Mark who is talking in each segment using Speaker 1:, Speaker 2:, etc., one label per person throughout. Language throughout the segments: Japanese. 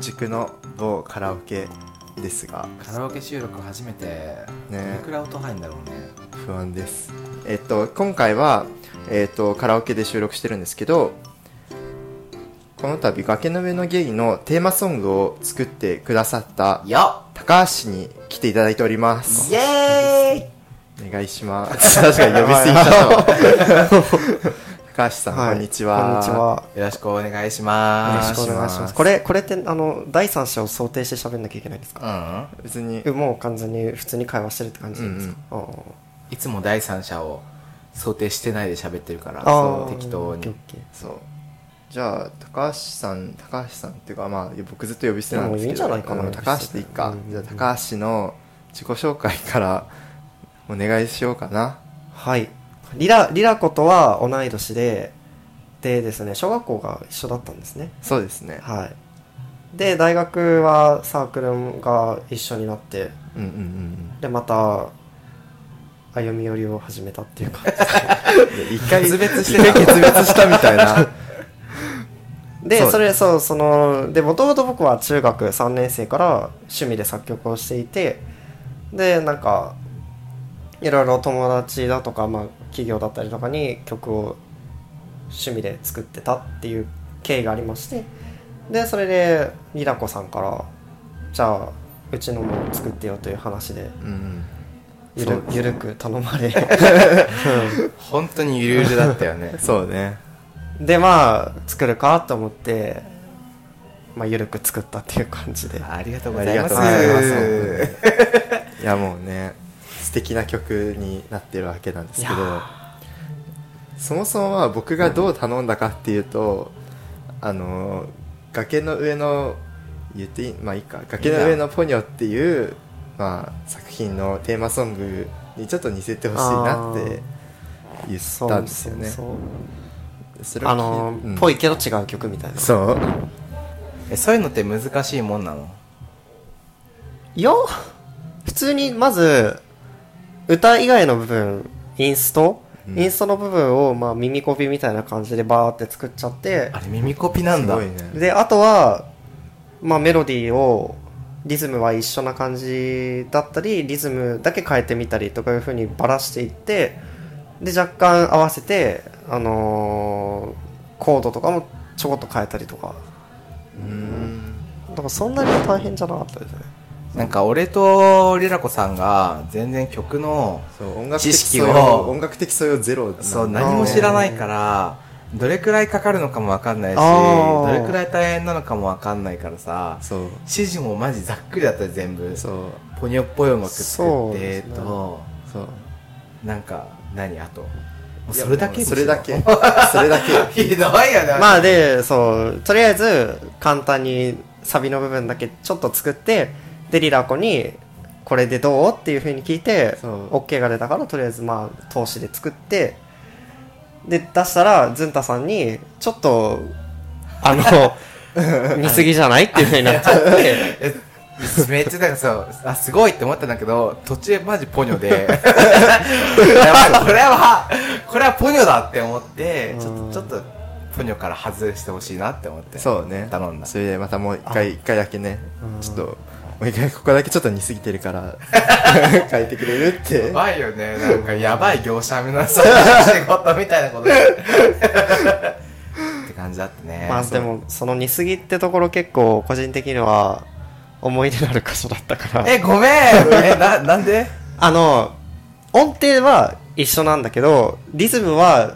Speaker 1: 宿の某カラオケですが
Speaker 2: カラオケ収録初めてど
Speaker 1: ね
Speaker 2: れくらい音入るんだろうね
Speaker 1: 不安ですえっと今回は、えっとカラオケで収録してるんですけどこの度「崖の上のゲイ」のテーマソングを作ってくださった
Speaker 2: よ
Speaker 1: 高橋に来ていただいております
Speaker 2: イエ
Speaker 1: お願いします 確かに呼びすぎちゃったわ高橋さん、こんにちは
Speaker 3: こんにちは。
Speaker 2: ーイよろしくお願いし
Speaker 3: よ
Speaker 2: ま
Speaker 3: ろ
Speaker 2: す
Speaker 3: しくお願いします。これ、これって、あの、第三者を想定して喋んなきゃいけないんですか
Speaker 2: うん
Speaker 1: 別に
Speaker 3: もう完全に普通に会話してるって感じなんですか、あー
Speaker 2: いつも第三者を想定してないで喋ってるから
Speaker 3: あ
Speaker 2: そ
Speaker 3: ー
Speaker 2: う適当
Speaker 3: オッケー
Speaker 2: に
Speaker 3: オッケー
Speaker 1: そうじゃあ高橋さん高橋さんっていうかまあ僕ずっと呼び捨てなんですけど
Speaker 3: でもいいんじゃないかな
Speaker 1: うん高橋でいいか、
Speaker 3: うん
Speaker 1: じゃあ高橋の自己紹介からお願いしようかな
Speaker 3: はい。リラ、リラ子とは同い年で、でですね、小学校が一緒だったんですね。
Speaker 1: そうですね
Speaker 3: はい。で、大学はサークルが一緒になって、
Speaker 1: うんうんうん
Speaker 3: で、また、歩み寄りを始めたっていうか、
Speaker 1: うんで一回
Speaker 2: 決別して
Speaker 1: 一回決別したみたいな
Speaker 3: で
Speaker 1: そ
Speaker 3: そうれそうそのでもともと僕は中学3年生から趣味で作曲をしていてでなんかいろいろ友達だとか、まあ、企業だったりとかに曲を趣味で作ってたっていう経緯がありましてでそれでりらこさんからじゃあうちのも作ってよという話で
Speaker 1: うんうん
Speaker 3: ゆ
Speaker 1: そう
Speaker 3: る
Speaker 1: で
Speaker 3: ゆるく頼まれ
Speaker 2: 本当にゆるゆるだったよね
Speaker 1: そうね
Speaker 3: でまあ作るかと思って、まあ、ゆるく作ったっていう感じで。
Speaker 2: ありがとうご
Speaker 1: あ
Speaker 2: ざ
Speaker 1: り
Speaker 2: い
Speaker 1: が
Speaker 2: ま
Speaker 1: とう
Speaker 2: す
Speaker 1: ございますいやもうね素敵な曲になってるわけなんですけど
Speaker 3: いや
Speaker 1: そもそもは僕がどう頼んだかっていうと、あの崖の上の言っていいまあいいか崖の上のポニョっていうまあ、作品のテーマソングにちょっと似せてほしいなって言ったんですよね
Speaker 3: そうそう
Speaker 1: そ
Speaker 3: そう
Speaker 1: れを聞
Speaker 3: あ
Speaker 1: い
Speaker 3: の
Speaker 1: う
Speaker 3: ー
Speaker 1: ん
Speaker 3: ぽいけど違う曲みたいな
Speaker 1: そう
Speaker 2: えそういうのって難しいもんなの
Speaker 3: いや普通にまず歌以外の部分インスト、
Speaker 1: うん
Speaker 3: インストの部分を、まあ、耳コピみたいな感じでバーって作っちゃって
Speaker 2: あれ耳コピなん
Speaker 1: す
Speaker 2: だ
Speaker 1: ごいね
Speaker 3: であとは、まあ、メロディーをリズムは一緒な感じだったりリズムだけ変えてみたりとかいう風にばらしていってで若干合わせて、あのーコードとかもちょこっと変えたりとか
Speaker 1: うん
Speaker 3: だからそんなに大変じゃなかったですね
Speaker 2: なんか俺とりらこさんが全然曲の
Speaker 1: そう音楽
Speaker 2: 知
Speaker 1: 的
Speaker 2: 識
Speaker 1: 素
Speaker 2: を
Speaker 1: 養音楽的素養ゼロなんで
Speaker 2: そう何も知らないからどれくらいかかるのかもわかんないし
Speaker 3: あ
Speaker 2: ど
Speaker 3: ー
Speaker 2: れくらい大変なのかもわかんないからさ
Speaker 1: そう
Speaker 2: 指示もマジざっくりだったよ全部
Speaker 1: そう
Speaker 2: ポニョっぽい音楽
Speaker 3: そ
Speaker 2: 作
Speaker 3: う
Speaker 2: って、
Speaker 3: ですね
Speaker 2: と
Speaker 1: そう
Speaker 2: なんか何あともうそれだけ
Speaker 1: い
Speaker 2: に
Speaker 1: や
Speaker 2: し
Speaker 1: も
Speaker 2: よ
Speaker 1: う
Speaker 2: う
Speaker 1: それだ けそれだけ
Speaker 2: ひどいよね
Speaker 3: まあでそうとりあえず簡単にサビの部分だけちょっと作ってでリラコに「これでどう?」っていうふうに聞いて
Speaker 1: そう
Speaker 3: OK が出たからとりあえずまあ投資で作ってで出したらズンタさんに「ちょっとあ の見すぎじゃない?」っていうふうになっちゃって
Speaker 2: えめっちゃなんかそうあすごいって思ったんだけど途中マジポニョでやばいこれはこれはポニョだって思ってちょっとちょっとポニョから外してほしいなって思って
Speaker 1: そうね
Speaker 2: 頼んだ
Speaker 1: それでまたもう一回一回だけね
Speaker 3: うん
Speaker 1: ちょっともう一回ここだけちょっと似すぎてるから変えてくれるって
Speaker 2: や ばいよねなんかやばい業者皆さんの仕事みたいなことって感じだったね
Speaker 3: まあでもその似すぎってところ結構個人的には思い出のある箇所だったから
Speaker 2: えごめんえななんで
Speaker 3: あの音程は一緒なんだけどリズムは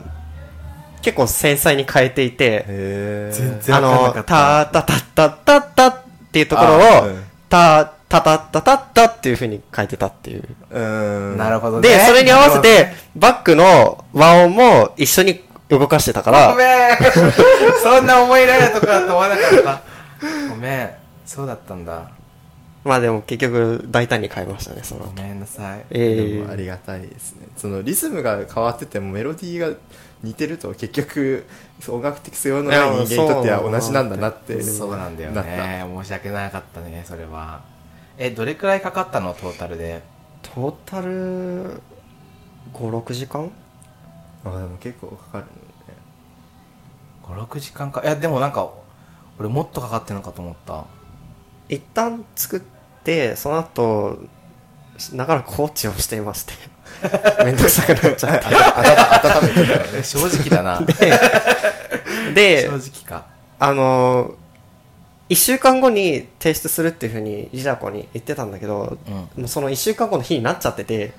Speaker 3: 結構繊細に変えていて
Speaker 1: へ
Speaker 2: 全
Speaker 1: え
Speaker 2: 然
Speaker 3: あ
Speaker 2: わかんな
Speaker 3: の
Speaker 2: か
Speaker 3: 「
Speaker 2: った
Speaker 3: たたたたたた」っていうところを
Speaker 1: あうん
Speaker 3: 「たたたたたた」っていうふうに変えてたっていう
Speaker 1: うん
Speaker 2: なるほどね
Speaker 3: でそれに合わせてバックの和音も一緒に動かしてたか
Speaker 2: ご
Speaker 3: ら
Speaker 2: めんそんな思い入れるとこだと思わなかったごめんそうだったんだ
Speaker 3: まあでも結局大胆に変えましたねそ
Speaker 2: ご
Speaker 3: の
Speaker 2: めんなさい
Speaker 3: え
Speaker 1: でもありがたいですねそのリズムが変わっててもメロディーが似てると結局そう音楽的素養のない人間にとっては同じなんだなって
Speaker 2: そうなんだよ
Speaker 1: なった
Speaker 2: ね申し訳なかったねそれはえどれくらいかかったのトータルで
Speaker 3: トータル56時間
Speaker 1: あでも結構かかるね
Speaker 2: 56時間かいやでもなんか俺もっとかかってるのかと思った
Speaker 3: 一旦作ってその後ながらコーチをしていまして めんどくさくなっちゃっ
Speaker 2: 温めてたね 正直だな
Speaker 3: て
Speaker 2: 正
Speaker 3: で
Speaker 2: 直か
Speaker 3: あの1週間後に提出するっていうふうにリジャコに言ってたんだけど、
Speaker 2: うん
Speaker 3: もうその1週間後の日になっちゃっ てて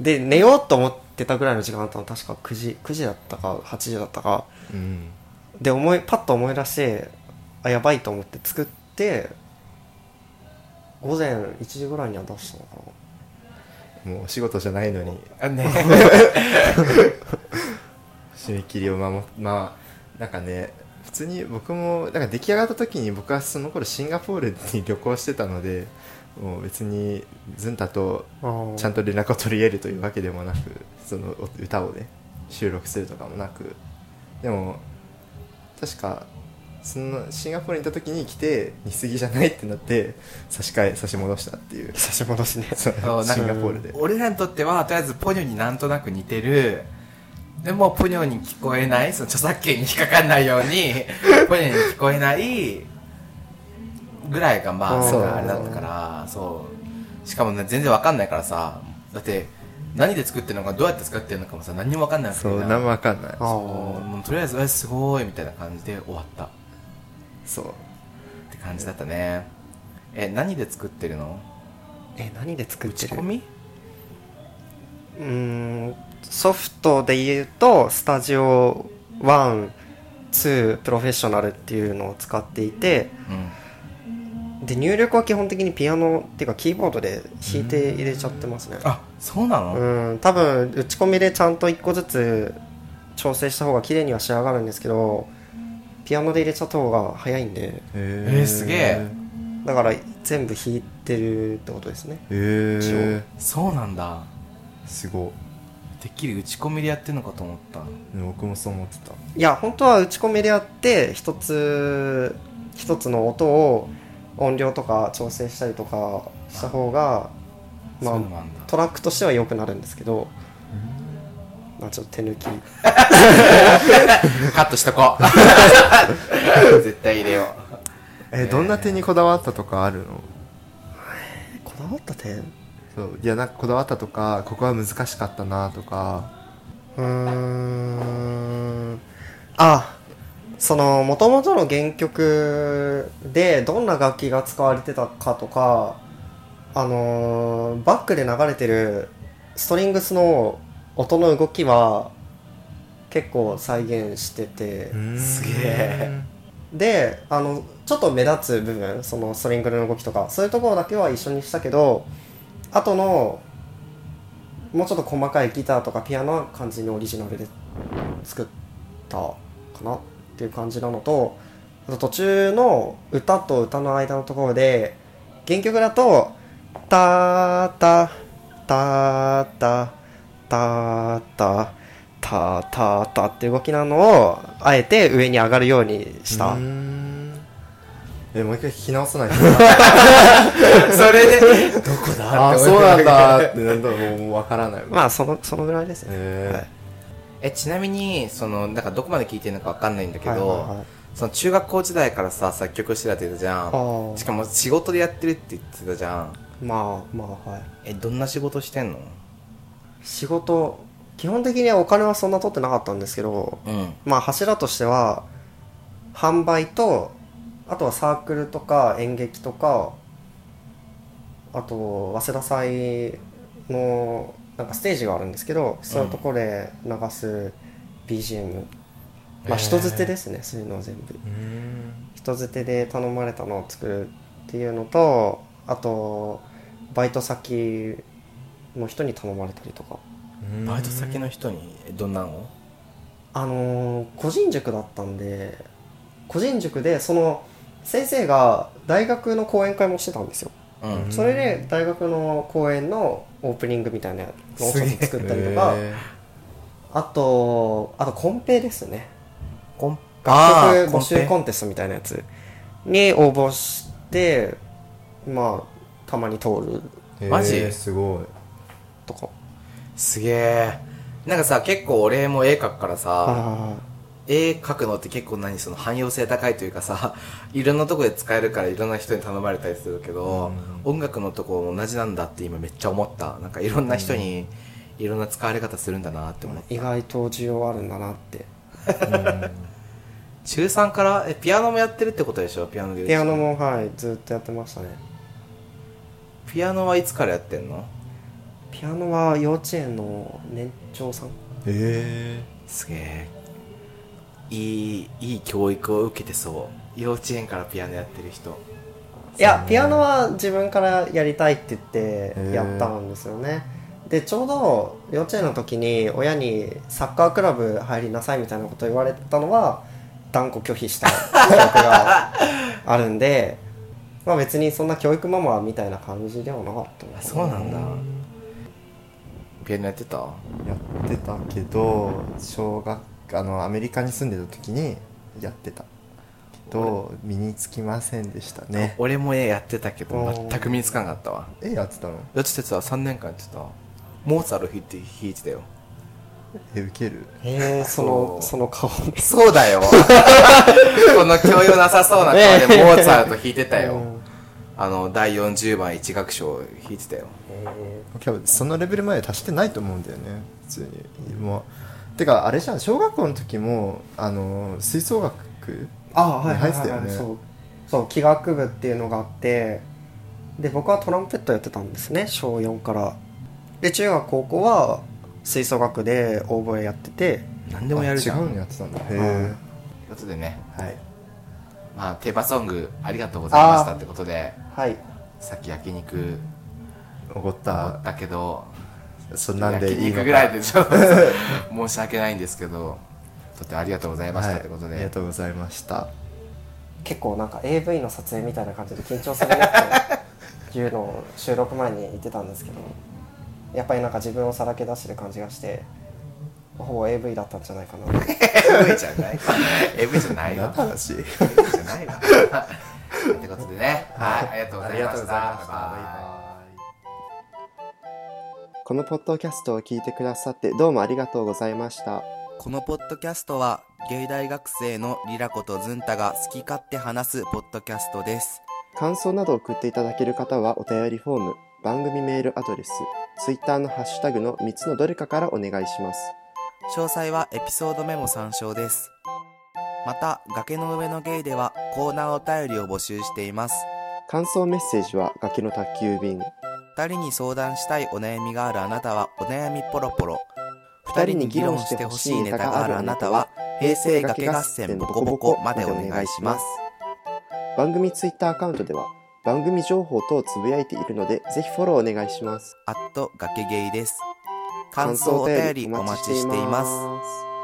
Speaker 3: で寝ようと思ってたぐらいの時間だったの確か9時9時だったか8時だったか
Speaker 1: うん
Speaker 3: で思いパッと思い出してあやばいと思って作って午前1時ぐらいには出したのかな
Speaker 1: もうお仕事じゃないのに
Speaker 2: あね
Speaker 1: 締め切りを守っまあなんかね普通に僕もなんか出来上がった時に僕はその頃シンガポールに旅行してたのでもう別にズンタとちゃんと連絡を取り入れるというわけでもなくそのお歌をね収録するとかもなくでも確かそのシンガポールにいた時に来て似すぎじゃないってなって差し替え差し戻したっていう
Speaker 3: 差し戻しね
Speaker 1: そう
Speaker 2: そうなんか
Speaker 1: シンガポールで
Speaker 2: 俺らにとってはとりあえずポニョになんとなく似てるでもポニョに聞こえないその著作権に引っかかんないよう にポニョに聞こえないぐらいがまあ
Speaker 3: うん
Speaker 2: そうあれだったからそうしかもね全然わかんないからさだって何で作ってるのかどうやって作ってるのかもさ何にもわかんないわけ
Speaker 1: そう
Speaker 2: みん
Speaker 1: 何もわかんない
Speaker 3: あー
Speaker 2: もうもうとりあえずえすごいみたいな感じで終わったっ
Speaker 1: そう
Speaker 2: て感じだったねえ何で作ってるの
Speaker 3: え何で作っ
Speaker 2: 打ち
Speaker 3: てる
Speaker 2: 込み
Speaker 3: うーんソフトで言うとスタジオ12プロフェッショナルっていうのを使っていて
Speaker 2: うん
Speaker 3: で入力は基本的にピアノっていうかキーボードで弾いて入れちゃってますね
Speaker 2: あそうなの、
Speaker 3: うん多分打ち込みでちゃんと1個ずつ調整した方が綺麗には仕上がるんですけどピアノで入れちゃった方が早いんで
Speaker 1: え
Speaker 2: えーすげえ
Speaker 3: だから全部弾いてるってことですね
Speaker 1: えー、
Speaker 2: そうなんだ
Speaker 1: すご
Speaker 2: てっきり打ち込みでやってんのかと思った
Speaker 1: い僕もそう思ってた
Speaker 3: いや本当は打ち込みでやって一つ一つの音を音量とか調整したりとかした方がま
Speaker 2: そうな
Speaker 3: あ
Speaker 2: んだ
Speaker 3: トラックとしては良くなるんですけど、まあ、ちょっと手抜き
Speaker 2: カットしとこ 絶対入れよ
Speaker 1: えどんな手にこだわったとかあるの
Speaker 3: こだわった点
Speaker 1: そういやなんかこだわったとかここは難しかったなとか
Speaker 3: うーんあそのもともとの原曲でどんな楽器が使われてたかとかあのーバックで流れてるストリングスの音の動きは結構再現してて
Speaker 2: すげえ
Speaker 3: であのちょっと目立つ部分そのストリングの動きとかそういうところだけは一緒にしたけど後のもうちょっと細かいギターとかピアノは完全にオリジナルで作ったかなっていう感じなのとあと途中の歌と歌の間のところで原曲だと「タタタタタタタタタ」っていう動きなのをあえて上に上がるようにした。
Speaker 1: えもう一回聞き直さないと
Speaker 2: それでどこだ
Speaker 1: あ
Speaker 2: っ
Speaker 1: あ
Speaker 2: て
Speaker 1: そ
Speaker 2: 思
Speaker 1: う
Speaker 2: っ
Speaker 1: な
Speaker 2: て
Speaker 1: んだってなんだろうもう分からない
Speaker 3: まあそのそのぐらいですね。
Speaker 1: えー
Speaker 3: はい
Speaker 2: えちなみにそのなんかどこまで聞いてるのかわかんないんだけど、
Speaker 3: はいはいはい
Speaker 2: その中学校時代からさ作曲してたって言ってたじゃ
Speaker 3: あ
Speaker 2: ん
Speaker 3: ー
Speaker 2: しかも仕事でやってるって言ってたじゃん
Speaker 3: まあまあはい。
Speaker 2: えどんな仕事してんの
Speaker 3: 仕事基本的にはお金はそんな取ってなかったんですけど、
Speaker 2: うん
Speaker 3: まあ柱としては販売とあとはサークルとか演劇とかあと早稲田祭のなんかステージがあるんですけどそういうところで流す BGM、まあ人づてですね、そういうのを全部
Speaker 1: うーん
Speaker 3: 人づてで頼まれたのを作るっていうのとあとバイト先の人に頼まれたりとか
Speaker 2: バイト先の人にえどんなの
Speaker 3: あのー個人塾だったんで個人塾でその先生が大学の講演会もしてたんですよ、
Speaker 2: う
Speaker 1: うん
Speaker 2: ん
Speaker 3: それで大学の講演のオープニングみたいなのをちょっと作ったりとか、
Speaker 1: え
Speaker 3: あとあとコンペですね
Speaker 2: コンあー
Speaker 3: 楽曲募集コンテストみたいなやつに応募してまあたまに通る
Speaker 1: ー
Speaker 2: マジ
Speaker 1: えーすごい
Speaker 3: とか
Speaker 2: すげえなんかさ結構俺も絵描くからさ
Speaker 3: あ
Speaker 2: 絵描くのって結構何その汎用性高いというかさ いろんなとこで使えるからいろんな人に頼まれたりするけど、音楽のとこ同じなんだって今めっちゃ思ったなんかいろんな人にいろんな使われ方するんだなって思った、
Speaker 3: 意外と需要あるんだなって
Speaker 2: 中3からえピアノもやってるってことでしょピアノで
Speaker 3: ピアノもはいずっとやってましたね
Speaker 2: ピアノはいつからやってんの
Speaker 3: ピアノは幼稚園の年長さん
Speaker 1: え
Speaker 2: すげえいいいい教育を受けてそう幼稚園からピアノやってる人
Speaker 3: いやピアノは自分からやりたいって言ってやったんですよね、でちょうど幼稚園の時に親にサッカークラブ入りなさいみたいなこと言われたのは断固拒否した記憶があるんで まあ別にそんな教育ママみたいな感じではなかった
Speaker 2: あ
Speaker 3: です
Speaker 2: そうなんだピアノやってた
Speaker 1: やってたけど小学あのアメリカに住んでた時にやってたけど身につきませんでしたね
Speaker 2: 俺も絵やってたけ
Speaker 3: お
Speaker 2: ど
Speaker 3: ー
Speaker 2: 全く身につかなかったわ
Speaker 1: えやってたの
Speaker 2: やってたやつは3年間やってたモーツァルト弾いて弾いてたよ
Speaker 1: えウケる
Speaker 3: へえその
Speaker 2: そう
Speaker 3: その顔
Speaker 2: そうだよ この教養なさそうな顔でモーツァルト弾いてたよあの第40番一楽章弾いてたよ
Speaker 1: 多分そのレベルまで達してないと思うんだよね普通にもうてかあれじゃん小学校の時もあの吹奏楽
Speaker 3: ああはいは
Speaker 1: 入
Speaker 3: い
Speaker 1: っ
Speaker 3: は
Speaker 1: て
Speaker 3: い、
Speaker 1: たよね
Speaker 3: そうそう器楽部っていうのがあってで僕はトランペットやってたんですね小4からで中学高校は吹奏楽でオーボエやってて
Speaker 2: 何でもやるじゃ
Speaker 1: あ違
Speaker 2: ん
Speaker 1: うのやってたんだへ
Speaker 3: うん
Speaker 1: え
Speaker 2: ということでね
Speaker 1: はい
Speaker 2: まあテーマソングありがとうございました
Speaker 3: あー
Speaker 2: ってことで
Speaker 3: はい
Speaker 2: さっき焼肉
Speaker 1: おごっ
Speaker 2: だったたけど
Speaker 1: そんなんでい
Speaker 2: 焼
Speaker 1: いの
Speaker 2: 肉
Speaker 1: か
Speaker 2: ぐらいで ちょっと申し訳ないんですけどとってありがとうございまし
Speaker 1: は
Speaker 2: た
Speaker 1: い
Speaker 2: ってこと
Speaker 1: あり
Speaker 2: で
Speaker 1: がとうございました
Speaker 3: 結構なんか AV の撮影みたいな感じで緊張するなっていうのを収録前に言ってたんですけどやっぱりなんか自分をさらけ出してる感じがしてほぼ AV だったんじゃないかなって
Speaker 2: AV じゃない AV じゃな
Speaker 1: 何
Speaker 2: い
Speaker 1: の
Speaker 2: わ
Speaker 1: 話
Speaker 2: AV じゃないわってことでねはいありがとうご
Speaker 1: あ
Speaker 2: ざ
Speaker 1: り
Speaker 2: い
Speaker 1: がと
Speaker 2: ま
Speaker 1: うご
Speaker 2: した
Speaker 1: ざいました
Speaker 2: バイバイ
Speaker 1: このポッドキャストを聞いてくださってどうもありがとうございました
Speaker 4: このポッドキャストは、芸大学生のリラコとズンタが好き勝手話すポッドキャストです。
Speaker 1: 感想などを送っていただける方はお便りフォーム、番組メールアドレス、ツイッターのハッシュタグの3つのどれかからお願いします。
Speaker 4: 詳細はエピソードメモ参照です。また、崖の上のゲイではコーナーお便りを募集しています。
Speaker 1: 感想メッセージは崖の宅急便。
Speaker 4: 二人に相談したいお悩みがあるあなたはお悩みポロポロ。二人に議論してほしいネタがあるあなたは、平成崖合戦ボコボコまでお願いします。
Speaker 1: 番組ツイッターアカウントでは番組情報等をつぶやいているので、ぜひフォローお願いします。
Speaker 4: あっと崖ゲイです。感想お便りお待ちしています。
Speaker 1: す。